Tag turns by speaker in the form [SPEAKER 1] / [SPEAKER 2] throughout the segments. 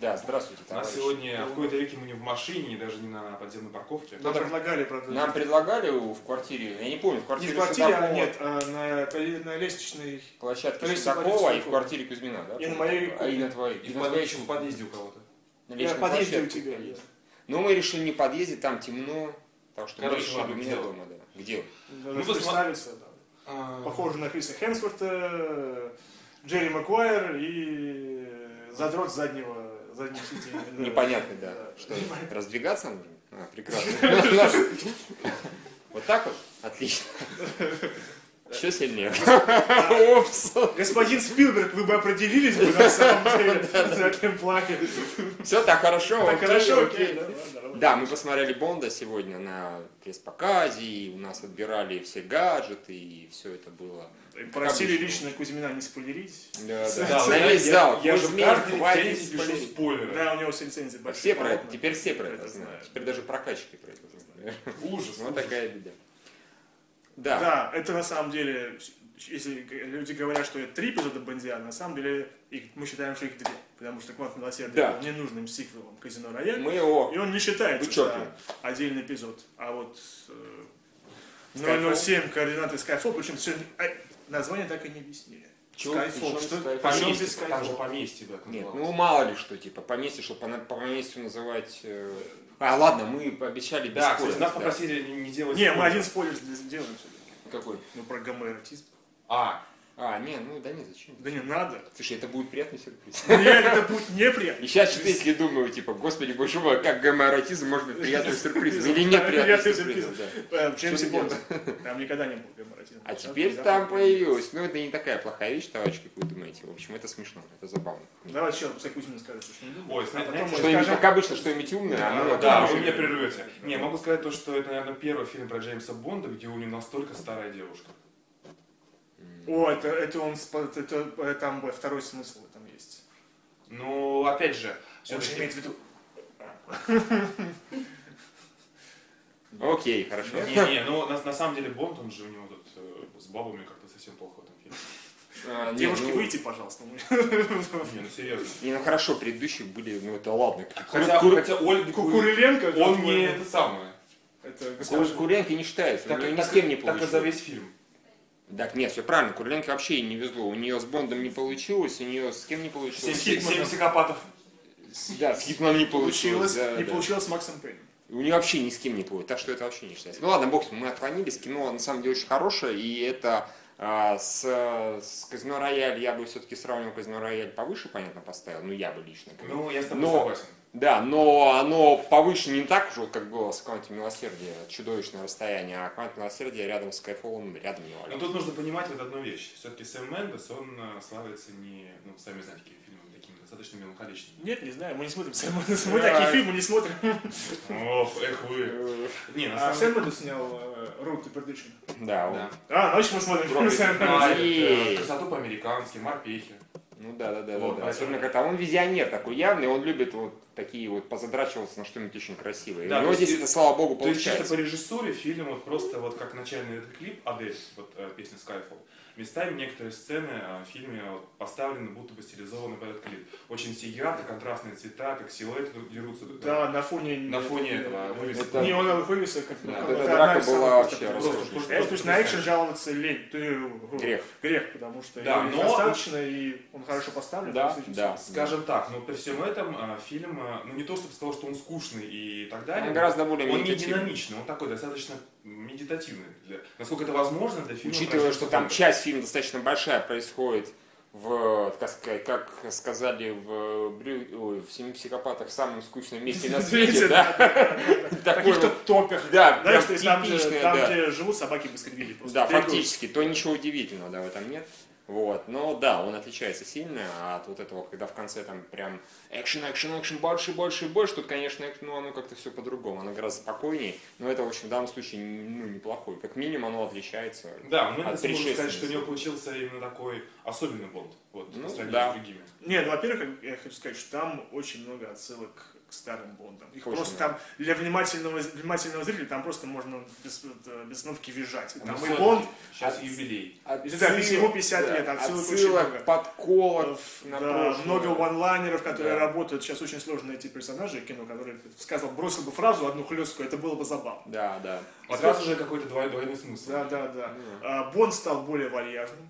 [SPEAKER 1] Да, здравствуйте,
[SPEAKER 2] У нас
[SPEAKER 1] товарищи.
[SPEAKER 2] сегодня в какой-то веке мы не в машине, и даже не на подземной парковке.
[SPEAKER 1] Да.
[SPEAKER 3] Нам предлагали, правда.
[SPEAKER 1] Нам предлагали в квартире, я не помню, в
[SPEAKER 3] не
[SPEAKER 1] квартире
[SPEAKER 3] в квартире, а
[SPEAKER 1] Судакова,
[SPEAKER 3] нет, а на, по- на э, лестничной.
[SPEAKER 1] площадке
[SPEAKER 3] То есть на
[SPEAKER 1] Судакова
[SPEAKER 3] Борисовой
[SPEAKER 1] и в квартире Кузьмина, да?
[SPEAKER 3] И на моей
[SPEAKER 1] А и на твоей.
[SPEAKER 2] И в
[SPEAKER 1] на
[SPEAKER 2] под-
[SPEAKER 1] твоей
[SPEAKER 2] еще в подъезде у кого-то.
[SPEAKER 1] на
[SPEAKER 3] Я
[SPEAKER 1] лестничной
[SPEAKER 3] в подъезде у
[SPEAKER 1] площадке.
[SPEAKER 3] тебя.
[SPEAKER 1] Но мы решили не подъездить, там темно, так что
[SPEAKER 2] Короче,
[SPEAKER 1] мы решили
[SPEAKER 2] ладно,
[SPEAKER 1] у
[SPEAKER 2] к
[SPEAKER 1] меня
[SPEAKER 2] делу.
[SPEAKER 1] дома, да. Где?
[SPEAKER 3] Даже
[SPEAKER 2] Ну, вы
[SPEAKER 3] представиться, да.
[SPEAKER 2] А,
[SPEAKER 3] Похоже на Криса Хемсворта, э, Джерри Макуайр и э, задрот с заднего, заднего сиденья. да.
[SPEAKER 1] Непонятно, да.
[SPEAKER 3] Да.
[SPEAKER 1] Что, раздвигаться нужно? А, прекрасно. Вот так вот? Отлично. Еще сильнее. Опс.
[SPEAKER 3] Господин Спилберг, вы бы определились бы на самом деле в этом плане.
[SPEAKER 1] Все так хорошо.
[SPEAKER 3] Так
[SPEAKER 1] окей,
[SPEAKER 3] хорошо,
[SPEAKER 1] окей.
[SPEAKER 3] окей, да, ладно, ладно.
[SPEAKER 1] Да, мы посмотрели Бонда сегодня на пресс-показе, и у нас отбирали все гаджеты, и все это было.
[SPEAKER 3] И Просили
[SPEAKER 1] обычно.
[SPEAKER 3] лично Кузьмина не спойлерить.
[SPEAKER 1] Да,
[SPEAKER 3] да.
[SPEAKER 1] да, на
[SPEAKER 2] я-
[SPEAKER 1] весь
[SPEAKER 2] я-
[SPEAKER 1] зал.
[SPEAKER 2] Я же в
[SPEAKER 1] Кузьмин,
[SPEAKER 2] каждой
[SPEAKER 1] хватит
[SPEAKER 2] лицензии пишу
[SPEAKER 1] спойлерить.
[SPEAKER 2] спойлеры.
[SPEAKER 3] Да, у него все лицензии большие.
[SPEAKER 1] Все про это,
[SPEAKER 3] понятно.
[SPEAKER 1] теперь все про
[SPEAKER 3] Я
[SPEAKER 1] это
[SPEAKER 3] это
[SPEAKER 1] знают.
[SPEAKER 3] знаю.
[SPEAKER 1] Теперь даже прокачки про это знают.
[SPEAKER 2] Ужас.
[SPEAKER 1] Вот
[SPEAKER 2] ужас.
[SPEAKER 1] такая беда. Да,
[SPEAKER 3] Да, это на самом деле, если люди говорят, что это три эпизода Бондиана, на самом деле их, мы считаем, что их две. Потому что «Квант милосердия»
[SPEAKER 1] Да.
[SPEAKER 3] был ненужным сиквелом «Казино Рояль»,
[SPEAKER 1] мы его
[SPEAKER 3] и он не считается
[SPEAKER 1] Вычеркиваем.
[SPEAKER 3] за отдельный эпизод. А вот э,
[SPEAKER 1] Skyfall.
[SPEAKER 3] 007 координаты Skyfall, причем все, название так и не объяснили.
[SPEAKER 1] Чего?
[SPEAKER 3] Skyfall,
[SPEAKER 1] Причем
[SPEAKER 3] что
[SPEAKER 1] Skyfall?
[SPEAKER 3] почему без
[SPEAKER 2] Поместье, там же
[SPEAKER 3] Skyfall?
[SPEAKER 2] поместье, да.
[SPEAKER 1] Нет,
[SPEAKER 2] называлось.
[SPEAKER 1] ну мало ли что, типа, поместье, чтобы по, по поместью называть... э, А, ладно, мы пообещали без
[SPEAKER 2] Да,
[SPEAKER 1] спойлеров,
[SPEAKER 2] кстати, нас
[SPEAKER 1] да.
[SPEAKER 2] попросили не делать...
[SPEAKER 3] Не, мы
[SPEAKER 2] спойлеры.
[SPEAKER 3] один спойлер здесь сделаем все-таки.
[SPEAKER 1] Какой?
[SPEAKER 3] Ну, про гомоэротизм.
[SPEAKER 2] А,
[SPEAKER 1] А, не, ну да не, зачем?
[SPEAKER 3] Да не надо.
[SPEAKER 1] Слушай, это будет приятный сюрприз.
[SPEAKER 3] Мне это будет неприятно.
[SPEAKER 1] И сейчас читатели думают, типа, господи боже мой, как гомоэротизм может быть приятным сюрпризом? Или нет приятным
[SPEAKER 3] Приятный
[SPEAKER 1] сюрпризом,
[SPEAKER 3] сюрприз.
[SPEAKER 1] да. А
[SPEAKER 3] Э, В Джеймсе
[SPEAKER 1] Почему
[SPEAKER 3] Бонде. Там никогда не было гомоэротизма.
[SPEAKER 1] А
[SPEAKER 3] Сейчас
[SPEAKER 1] теперь
[SPEAKER 3] внезапно
[SPEAKER 1] там появилось. Ну, это не такая плохая вещь, товарищи, как вы думаете. В общем, это смешно, это забавно.
[SPEAKER 3] Давай еще пускай Кузьмин скажет, что не думал.
[SPEAKER 2] ой, знаете,
[SPEAKER 3] потом
[SPEAKER 2] знаете,
[SPEAKER 3] мы-
[SPEAKER 1] Что-нибудь,
[SPEAKER 3] скажем-
[SPEAKER 1] как обычно, что-нибудь умное, а оно-
[SPEAKER 2] Да,
[SPEAKER 1] оно-
[SPEAKER 2] вы меня прервете. Не, могу сказать то, что это, наверное, первый фильм про Джеймса Бонда, где у него настолько старая девушка.
[SPEAKER 3] О, это, это он, спо- это, э, там э, второй смысл в этом есть.
[SPEAKER 2] Ну, опять же,
[SPEAKER 3] Он же
[SPEAKER 2] всё-таки-
[SPEAKER 3] имеет в виду.
[SPEAKER 1] Окей, хорошо.
[SPEAKER 2] Не, не, ну на, на самом деле Бонд, он же у него тут э, с бабами как-то совсем плохо в этом фильме.
[SPEAKER 1] А,
[SPEAKER 2] э,
[SPEAKER 1] не,
[SPEAKER 3] Девушки,
[SPEAKER 1] ну,
[SPEAKER 3] выйти, пожалуйста.
[SPEAKER 2] Не, ну серьезно.
[SPEAKER 1] Не, ну хорошо, предыдущие были, ну это ладно.
[SPEAKER 2] Хотя,
[SPEAKER 1] Кур-
[SPEAKER 2] хотя Ольга Кури-
[SPEAKER 3] Кукуриленко?
[SPEAKER 2] он не это самое.
[SPEAKER 3] э, Это
[SPEAKER 1] Кур-
[SPEAKER 3] госпожа.
[SPEAKER 1] Куриленко не считается, у него ни
[SPEAKER 2] так-
[SPEAKER 1] с кем не
[SPEAKER 2] Так и за
[SPEAKER 1] получилось.
[SPEAKER 2] весь фильм.
[SPEAKER 1] Так, нет, все правильно, Куриленко вообще ей не везло. У нее с Бондом не получилось, у нее с кем не
[SPEAKER 2] Семь,
[SPEAKER 1] получилось.
[SPEAKER 2] семь-
[SPEAKER 3] Хитманом.
[SPEAKER 2] семь психопатов.
[SPEAKER 1] С- Да, с Хитманом не получилось.
[SPEAKER 3] Получилось,
[SPEAKER 1] да,
[SPEAKER 3] не
[SPEAKER 1] да.
[SPEAKER 3] получилось с Максом Пейном.
[SPEAKER 1] У нее вообще ни с кем не будет, так что это вообще не считается. Ну ладно, бог с ним, мы отклонились, кино на самом деле очень хорошее, и это а, с, с Казино Рояль я бы все-таки сравнивал Казино Рояль повыше, понятно, поставил, ну я бы лично. как бы.
[SPEAKER 2] Ну, я с тобой
[SPEAKER 1] Но-
[SPEAKER 2] согласен.
[SPEAKER 1] Да, но оно повыше не так уж, вот как было с Квантом Милосердия, чудовищное расстояние, а Квант Милосердия рядом с Кайфолом, рядом не
[SPEAKER 2] Но
[SPEAKER 1] валит.
[SPEAKER 2] Ну, тут нужно понимать вот одну вещь. Все-таки Сэм Мендес, он э, славится не, ну, сами знаете, какими фильмами такими достаточно меланхоличными.
[SPEAKER 3] Нет, не знаю, мы не смотрим. Сэм Мендес. Мы такие фильмы не смотрим.
[SPEAKER 2] Ох, эх вы.
[SPEAKER 1] Э,
[SPEAKER 2] Не, на
[SPEAKER 3] А
[SPEAKER 2] самом деле...
[SPEAKER 3] Сэм Мендес снял э, Road to Perdition.
[SPEAKER 1] Да, он-
[SPEAKER 2] да.
[SPEAKER 3] А, значит мы смотрим фильмы Сэма
[SPEAKER 2] Ну,
[SPEAKER 3] Мендеса.
[SPEAKER 2] а этот,
[SPEAKER 1] Молодец.
[SPEAKER 2] э, Красоту по-американски, морпехи.
[SPEAKER 1] Ну да, да, да,
[SPEAKER 2] Вот,
[SPEAKER 1] да, да. Особенно
[SPEAKER 2] поэтому-
[SPEAKER 1] когда он визионер такой явный, он любит вот такие вот позадрачиваться на что-нибудь очень красивое. И
[SPEAKER 2] Да,
[SPEAKER 1] у
[SPEAKER 2] то
[SPEAKER 1] него
[SPEAKER 2] есть-
[SPEAKER 1] здесь это, слава богу,
[SPEAKER 2] То есть чисто
[SPEAKER 1] получается.
[SPEAKER 2] по режиссуре фильм вот просто вот как начальный этот клип Адель, вот э, песня Skyfall. Местами некоторые сцены э, в фильме вот, поставлены будто бы стилизованы под этот клип. Очень сигарты, контрастные цвета, как силуэты друг- дерутся. друг-
[SPEAKER 3] Да, на фоне...
[SPEAKER 2] На фоне этого вывеска.
[SPEAKER 1] Это-
[SPEAKER 3] Неоновых вывесок. как-
[SPEAKER 1] Да,
[SPEAKER 3] Ну, как-
[SPEAKER 1] вот эта
[SPEAKER 3] это
[SPEAKER 1] драка
[SPEAKER 3] одна из
[SPEAKER 1] была
[SPEAKER 3] самых
[SPEAKER 1] вообще
[SPEAKER 3] просто-
[SPEAKER 2] Просто-
[SPEAKER 1] разрушена.
[SPEAKER 2] просто-
[SPEAKER 3] Я, то есть на экшен
[SPEAKER 2] просто-
[SPEAKER 3] жаловаться лень, ты э,
[SPEAKER 1] Грех.
[SPEAKER 3] грех, потому что
[SPEAKER 2] Да,
[SPEAKER 3] его
[SPEAKER 2] но-
[SPEAKER 3] достаточно, и он хорошо поставлен.
[SPEAKER 1] Да,
[SPEAKER 3] то есть,
[SPEAKER 1] да.
[SPEAKER 2] Скажем так, но при всем этом э, фильм, э, ну не то чтобы сказал, что он скучный и так далее,
[SPEAKER 1] Он гораздо более
[SPEAKER 2] он не
[SPEAKER 1] медитативный.
[SPEAKER 2] динамичный, он такой достаточно медитативный. для- насколько это возможно для фильма. про
[SPEAKER 1] Учитывая, что
[SPEAKER 2] Джеймса
[SPEAKER 1] там
[SPEAKER 2] Бонда.
[SPEAKER 1] часть фильма достаточно большая происходит в, так сказать, как сказали в, Брю... ой, в «Семи психопатах» в самом скучном месте на свете,
[SPEAKER 3] Извините,
[SPEAKER 1] да?
[SPEAKER 3] В
[SPEAKER 1] Такой
[SPEAKER 3] каких-то
[SPEAKER 1] вот,
[SPEAKER 3] топях.
[SPEAKER 1] да,
[SPEAKER 3] Да,
[SPEAKER 1] прям
[SPEAKER 3] что есть там, где,
[SPEAKER 1] типичное,
[SPEAKER 3] там,
[SPEAKER 1] да.
[SPEAKER 3] где живут собаки баскетбили. просто
[SPEAKER 1] Да,
[SPEAKER 3] бегают.
[SPEAKER 1] фактически, то ничего удивительного, да, в этом нет. Вот, но да, он отличается сильно от вот этого, когда в конце там прям экшен, экшен, экшен, больше, больше, больше. Тут, конечно, эк- ну, оно как-то все по-другому, оно гораздо спокойнее, но это, в общем, в данном случае, ну, неплохое. Как минимум, оно отличается.
[SPEAKER 2] Да, мы
[SPEAKER 1] От
[SPEAKER 2] можем сказать,
[SPEAKER 1] предшественницы.
[SPEAKER 2] что у него получился именно такой особенный Бонд, вот,
[SPEAKER 1] Ну,
[SPEAKER 2] по сравнению
[SPEAKER 1] да.
[SPEAKER 2] с другими.
[SPEAKER 3] Нет, во-первых, я хочу сказать, что там очень много отсылок к старым Бондам. Их
[SPEAKER 1] Очень
[SPEAKER 3] просто там для внимательного, внимательного зрителя там просто можно без, э, без остановки
[SPEAKER 1] А
[SPEAKER 3] визжать.
[SPEAKER 2] Ну,
[SPEAKER 3] Там и
[SPEAKER 2] всё-таки
[SPEAKER 3] Бонд, а
[SPEAKER 2] Сейчас
[SPEAKER 1] Отц-
[SPEAKER 2] юбилей.
[SPEAKER 3] Да, ведь ему 50 лет, отсылок очень много.
[SPEAKER 1] подколок
[SPEAKER 3] э,
[SPEAKER 1] на
[SPEAKER 3] да,
[SPEAKER 1] прошлое.
[SPEAKER 3] много ванлайнеров, которые
[SPEAKER 1] Да.
[SPEAKER 3] работают. Сейчас очень сложно найти персонажей в кино, которые сказал, бросил бы фразу одну хлесткую, это было бы забавно.
[SPEAKER 1] Да, да.
[SPEAKER 2] И сразу же какой-то двой- двойной смысл.
[SPEAKER 3] Да, да, да.
[SPEAKER 1] Ну.
[SPEAKER 3] А, Бонд стал более вальяжным.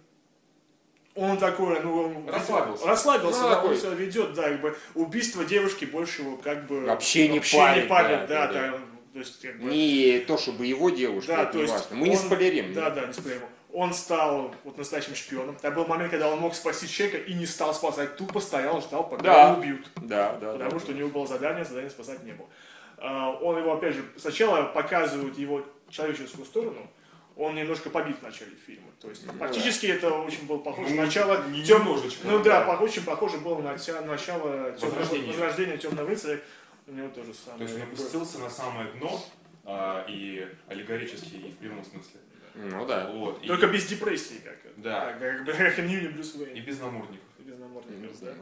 [SPEAKER 3] Он такой, ну, он
[SPEAKER 2] Расслабился.
[SPEAKER 3] Расслабился,
[SPEAKER 1] Ну,
[SPEAKER 3] да,
[SPEAKER 1] такой.
[SPEAKER 3] он себя ведет, да, как бы убийство девушки больше его как бы
[SPEAKER 1] Вообще не парит, да,
[SPEAKER 3] да,
[SPEAKER 1] да,
[SPEAKER 3] да, то есть как бы,
[SPEAKER 1] Не то, чтобы его девушка,
[SPEAKER 3] да,
[SPEAKER 1] это
[SPEAKER 3] то
[SPEAKER 1] не
[SPEAKER 3] есть
[SPEAKER 1] важно. Мы не
[SPEAKER 3] он-
[SPEAKER 1] спойлерим.
[SPEAKER 3] Да, да, не спойлерим. Он стал вот настоящим шпионом. Там был момент, когда он мог спасти человека и не стал спасать, тупо стоял, ждал, пока
[SPEAKER 1] Да.
[SPEAKER 3] его убьют.
[SPEAKER 1] да, да.
[SPEAKER 3] Потому
[SPEAKER 1] да.
[SPEAKER 3] что у него было задание, задание спасать не было. А, Он его, опять же, сначала показывают его человеческую сторону, он немножко побит в начале фильма. То есть
[SPEAKER 1] Ну
[SPEAKER 3] фактически это очень было похоже
[SPEAKER 2] Ну,
[SPEAKER 3] на начало
[SPEAKER 2] не-
[SPEAKER 3] тем-
[SPEAKER 2] немножечко,
[SPEAKER 3] Ну
[SPEAKER 2] да.
[SPEAKER 3] да, по- очень похоже было на тя- начало тем-
[SPEAKER 2] Возрождение.
[SPEAKER 3] возрождения темного рыцаря. У него тоже самое.
[SPEAKER 2] То есть он опустился на самое дно, а, и аллегорически, и в прямом смысле.
[SPEAKER 1] Ну да.
[SPEAKER 2] Вот. и-
[SPEAKER 3] Только без депрессии, как
[SPEAKER 2] Да.
[SPEAKER 3] как- как, бы, как и Ньюли Брюс Уэйн.
[SPEAKER 2] И без намордников.
[SPEAKER 3] Без намордников, да.
[SPEAKER 1] Да,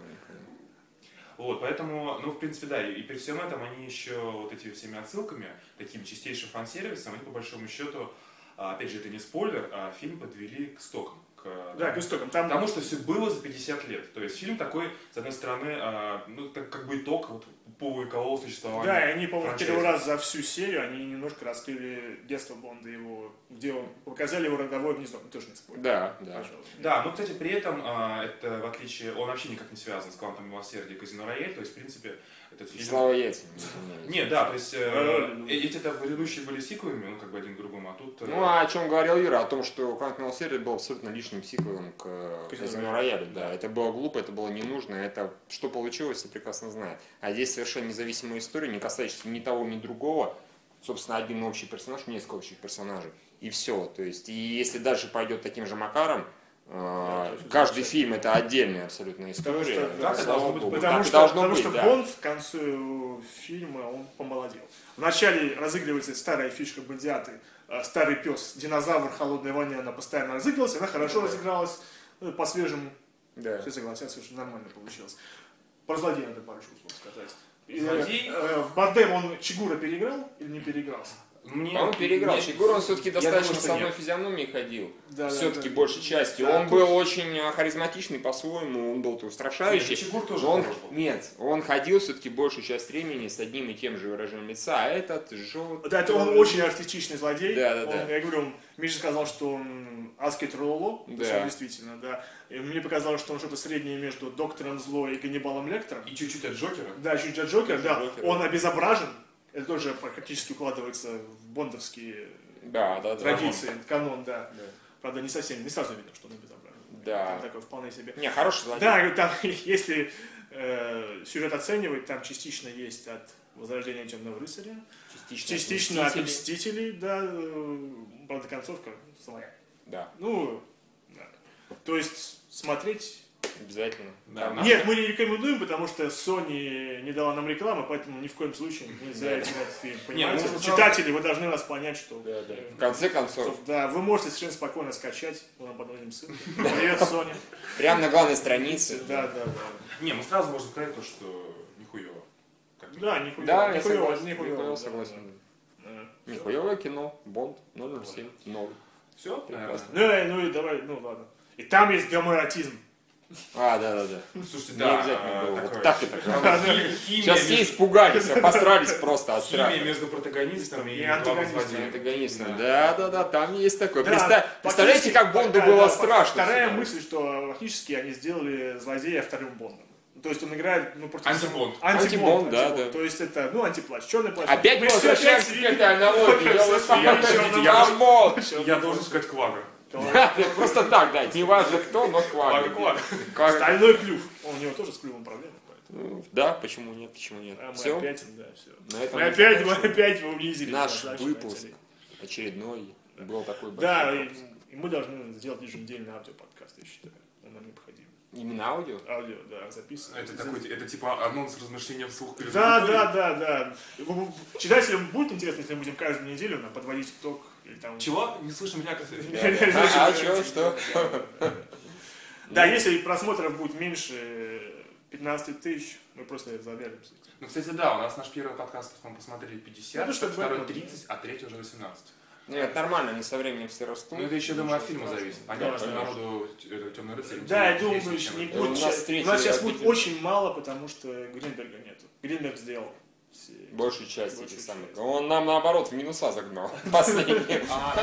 [SPEAKER 2] Вот, поэтому, ну, в принципе, да, и, и при всем этом они еще вот этими всеми отсылками, таким чистейшим фан-сервисом, они по большому счету, а, опять же, это не спойлер, а фильм подвели к стокам. К, э,
[SPEAKER 3] Да,
[SPEAKER 2] тому-
[SPEAKER 3] Густоком. Там
[SPEAKER 2] Потому что все было за 50 лет. То есть фильм такой, с одной стороны, а, ну, так как бы итог вот, тупого и колового существования.
[SPEAKER 3] Да, и они, по-моему,
[SPEAKER 2] франшизы.
[SPEAKER 3] первый раз за всю серию они немножко раскрыли детство Бонда его, где он показали его родовое гнездо. Ну, Тоже не спорю.
[SPEAKER 1] да. да.
[SPEAKER 3] Пожалуйста.
[SPEAKER 2] Да, но, кстати, при этом а, это, в отличие, он вообще никак не связан с «Квантом милосердия» и «Казино Рояль», то есть, в принципе, этот фильм...
[SPEAKER 1] Слава яйцам. не извиняюсь.
[SPEAKER 2] Нет, да, то есть, э,
[SPEAKER 3] Да, да, да.
[SPEAKER 2] эти это предыдущие были сиквелами, ну, как бы один к другому, а тут... э,
[SPEAKER 1] Ну, а о чем говорил Юра, о том, что Квант Милосердия был абсолютно лишним сиквелом к э,
[SPEAKER 3] Казино
[SPEAKER 1] Казино Роялю. Да, это было глупо, это было не нужно, это что получилось, все прекрасно знает. А здесь совершенно независимая история, не касающаяся ни того, ни другого. Собственно, один общий персонаж, несколько общих персонажей. И все. То есть, и если дальше пойдет таким же макаром, э,
[SPEAKER 3] то есть
[SPEAKER 1] каждый
[SPEAKER 3] вообще-
[SPEAKER 1] фильм это отдельная абсолютная история.
[SPEAKER 3] что-
[SPEAKER 2] так и
[SPEAKER 1] Слава
[SPEAKER 2] должно быть,
[SPEAKER 1] богу,
[SPEAKER 3] Потому
[SPEAKER 1] так и
[SPEAKER 3] что,
[SPEAKER 1] должно
[SPEAKER 3] потому
[SPEAKER 1] быть,
[SPEAKER 3] что
[SPEAKER 1] да.
[SPEAKER 3] Бонд в конце э, фильма он помолодел. Вначале разыгрывается старая фишка Бондиаты, э, старый пес, динозавр, холодная войне, она постоянно разыгрывалась, она хорошо
[SPEAKER 1] Да.
[SPEAKER 3] разыгралась э, по свежему.
[SPEAKER 1] Да.
[SPEAKER 3] Все согласятся, что нормально получилось. Про злодея надо больше условно сказать. И, э,
[SPEAKER 2] Злодей?
[SPEAKER 3] э, В Бардем он Чигура переиграл или не переигрался?
[SPEAKER 2] Мне,
[SPEAKER 1] По-моему, А переиграл.
[SPEAKER 2] мне-
[SPEAKER 1] Фигура он все-таки
[SPEAKER 2] я
[SPEAKER 1] достаточно
[SPEAKER 2] думаю,
[SPEAKER 1] с
[SPEAKER 2] что
[SPEAKER 1] одной
[SPEAKER 2] нет.
[SPEAKER 1] физиономией ходил.
[SPEAKER 3] Да, да,
[SPEAKER 1] все-таки
[SPEAKER 3] да.
[SPEAKER 1] большей частью.
[SPEAKER 3] Да,
[SPEAKER 1] он
[SPEAKER 3] тут-
[SPEAKER 1] был очень э, харизматичный по-своему, он был то устрашающий.
[SPEAKER 2] Нет, ну, Чигур тоже
[SPEAKER 1] но он,
[SPEAKER 2] хорош был.
[SPEAKER 1] нет, он ходил все-таки большую часть времени с одним и тем же выражением лица, а этот желтый.
[SPEAKER 3] Да, это он очень артистичный злодей.
[SPEAKER 1] Да, да,
[SPEAKER 3] Он,
[SPEAKER 1] да.
[SPEAKER 3] Я говорю, он- Миша сказал, что он аскет Рололо,
[SPEAKER 1] Да.
[SPEAKER 3] действительно, да. И мне показалось, что он что-то среднее между доктором зло и Ганнибалом Лектором.
[SPEAKER 2] И чуть-чуть от Джокера.
[SPEAKER 3] Да, чуть Джокер, да,
[SPEAKER 1] Джокер,
[SPEAKER 3] он
[SPEAKER 1] да.
[SPEAKER 3] обезображен. Это тоже практически укладывается в бондовские
[SPEAKER 1] Да, да, да.
[SPEAKER 3] традиции, канон, да.
[SPEAKER 1] Да.
[SPEAKER 3] Правда, не совсем, не сразу видно, что он обезображен.
[SPEAKER 1] Да.
[SPEAKER 3] Там такой вполне себе.
[SPEAKER 1] Не, хороший злодей.
[SPEAKER 3] Да, говорю, там, если э, сюжет оценивать, там частично есть от Возрождения Темного Рыцаря,
[SPEAKER 1] Частично.
[SPEAKER 3] Частично от
[SPEAKER 1] отместитель.
[SPEAKER 3] «Мстителей», да, э, правда, концовка своя.
[SPEAKER 1] Да,
[SPEAKER 3] Ну, да. то есть смотреть...
[SPEAKER 1] обязательно.
[SPEAKER 2] Да,
[SPEAKER 1] Там-
[SPEAKER 2] на-
[SPEAKER 3] Нет, мы не рекомендуем, потому что Sony не дала нам рекламы, поэтому ни в коем случае нельзя
[SPEAKER 1] Да.
[SPEAKER 3] идти на этот фильм,
[SPEAKER 2] Нет,
[SPEAKER 3] понимаете?
[SPEAKER 2] можно сразу-
[SPEAKER 3] Читатели, вы должны нас понять, что...
[SPEAKER 1] Да, да. В конце концов,
[SPEAKER 3] Да, вы можете совершенно спокойно скачать, мы вам подводим ссылку. Привет, Sony.
[SPEAKER 1] прямо на главной странице.
[SPEAKER 3] Да, да, да.
[SPEAKER 2] Не, мы сразу можем сказать то, что нихуево. Как бы.
[SPEAKER 3] Да, нихуя,
[SPEAKER 1] Да, я
[SPEAKER 3] нихуя,
[SPEAKER 1] согласен.
[SPEAKER 3] нихуя,
[SPEAKER 1] Нихуя
[SPEAKER 3] да,
[SPEAKER 1] согласен.
[SPEAKER 3] да. Да.
[SPEAKER 1] Нихуевое кино. Бонд 007. Ноль.
[SPEAKER 2] Все?
[SPEAKER 1] Прекрасно.
[SPEAKER 3] Ну, э, ну и давай, ну ладно. И там есть гомеротизм.
[SPEAKER 1] А, да, да, да.
[SPEAKER 2] Ну, Слушайте,
[SPEAKER 1] Не
[SPEAKER 2] да,
[SPEAKER 1] обязательно
[SPEAKER 2] а,
[SPEAKER 1] было. Вот
[SPEAKER 2] такое.
[SPEAKER 1] так и так.
[SPEAKER 2] Там хи- химия
[SPEAKER 1] Сейчас все
[SPEAKER 2] между-
[SPEAKER 1] испугались, а посрались просто от страха.
[SPEAKER 2] Химия между протагонистом и
[SPEAKER 3] И
[SPEAKER 2] главным
[SPEAKER 3] антагонистом.
[SPEAKER 1] С
[SPEAKER 2] злодеем.
[SPEAKER 1] антагонистом. Ну, Да, да, да, там есть такое.
[SPEAKER 3] Да,
[SPEAKER 1] Представ-
[SPEAKER 3] фактически-
[SPEAKER 1] Представляете, как Бонду
[SPEAKER 3] да,
[SPEAKER 1] было
[SPEAKER 3] да,
[SPEAKER 1] страшно.
[SPEAKER 3] Вторая
[SPEAKER 1] всегда?
[SPEAKER 3] мысль, что фактически они сделали злодея вторым Бондом. То есть он играет ну, против...
[SPEAKER 2] Антибонд.
[SPEAKER 3] Антибонд,
[SPEAKER 1] Антибонд, да,
[SPEAKER 3] антибонд.
[SPEAKER 1] да.
[SPEAKER 3] То есть это, ну, антиплащ, черный плащ.
[SPEAKER 1] Опять
[SPEAKER 3] Мы
[SPEAKER 1] мы
[SPEAKER 3] всё
[SPEAKER 1] возвращаемся к
[SPEAKER 3] свели.
[SPEAKER 1] этой аналогии.
[SPEAKER 3] Мы
[SPEAKER 1] Я
[SPEAKER 3] всё
[SPEAKER 1] вот сам
[SPEAKER 3] свели,
[SPEAKER 1] опять-
[SPEAKER 3] чёрный
[SPEAKER 1] Я
[SPEAKER 3] плащ.
[SPEAKER 1] мол.
[SPEAKER 2] Я должен сказать Квага.
[SPEAKER 1] Да, да, Просто так, да, не важно кто, но
[SPEAKER 2] Квага,
[SPEAKER 1] квак.
[SPEAKER 2] Квага.
[SPEAKER 1] Квак.
[SPEAKER 3] Стальной клюв. Он, у него тоже с клювом проблема. поэтому.
[SPEAKER 1] Ну, Да, почему нет, почему нет.
[SPEAKER 3] А мы
[SPEAKER 1] Все,
[SPEAKER 3] опять, да, все.
[SPEAKER 1] на
[SPEAKER 3] Мы
[SPEAKER 1] этом
[SPEAKER 3] опять, мы опять его унизили.
[SPEAKER 1] наш
[SPEAKER 3] Красавчик,
[SPEAKER 1] выпуск
[SPEAKER 3] Василий.
[SPEAKER 1] очередной был такой
[SPEAKER 3] Да,
[SPEAKER 1] большой.
[SPEAKER 3] и, и мы должны сделать еженедельный аудиоподкаст, я считаю. Он нам необходим.
[SPEAKER 1] Именно аудио?
[SPEAKER 3] Аудио, да, записывать.
[SPEAKER 2] Это такой, это типа анонс размышления вслух перед
[SPEAKER 3] Да,
[SPEAKER 2] аудиторией.
[SPEAKER 3] да, да, да. В- в- Читателям будет интересно, если мы будем каждую неделю нам подводить итог или там.
[SPEAKER 2] Чего? Не слышу меня,
[SPEAKER 1] Да. А, а чё, что?
[SPEAKER 3] Да, если просмотров будет меньше, 15 тысяч, мы просто завяримся.
[SPEAKER 2] Ну, кстати, да, у нас наш первый подкаст мы посмотрели 50,
[SPEAKER 3] Ну, чтобы
[SPEAKER 2] второй
[SPEAKER 3] было.
[SPEAKER 2] 30, а третий уже 18.
[SPEAKER 1] Нет, Ну, нормально, они со временем все растут.
[SPEAKER 2] Ну, это еще, думаю, от фильма
[SPEAKER 1] Ничего
[SPEAKER 2] зависит.
[SPEAKER 1] страшного.
[SPEAKER 2] Понятно,
[SPEAKER 3] Да,
[SPEAKER 2] что
[SPEAKER 3] конечно.
[SPEAKER 2] народу «Темный рыцарь»
[SPEAKER 3] Да, я
[SPEAKER 2] интереснее,
[SPEAKER 3] думаю,
[SPEAKER 2] чем
[SPEAKER 3] не
[SPEAKER 2] это.
[SPEAKER 1] у
[SPEAKER 3] будет.
[SPEAKER 1] нас
[SPEAKER 3] щас- У
[SPEAKER 1] третий
[SPEAKER 3] нас сейчас
[SPEAKER 1] обитель.
[SPEAKER 3] будет очень мало, потому что Гринберга нету. Гринберг сделал. все эти-
[SPEAKER 1] Большую часть этих
[SPEAKER 3] Большую
[SPEAKER 1] самых.
[SPEAKER 3] часть.
[SPEAKER 1] Он нам наоборот в минуса загнал. Последний.
[SPEAKER 2] А,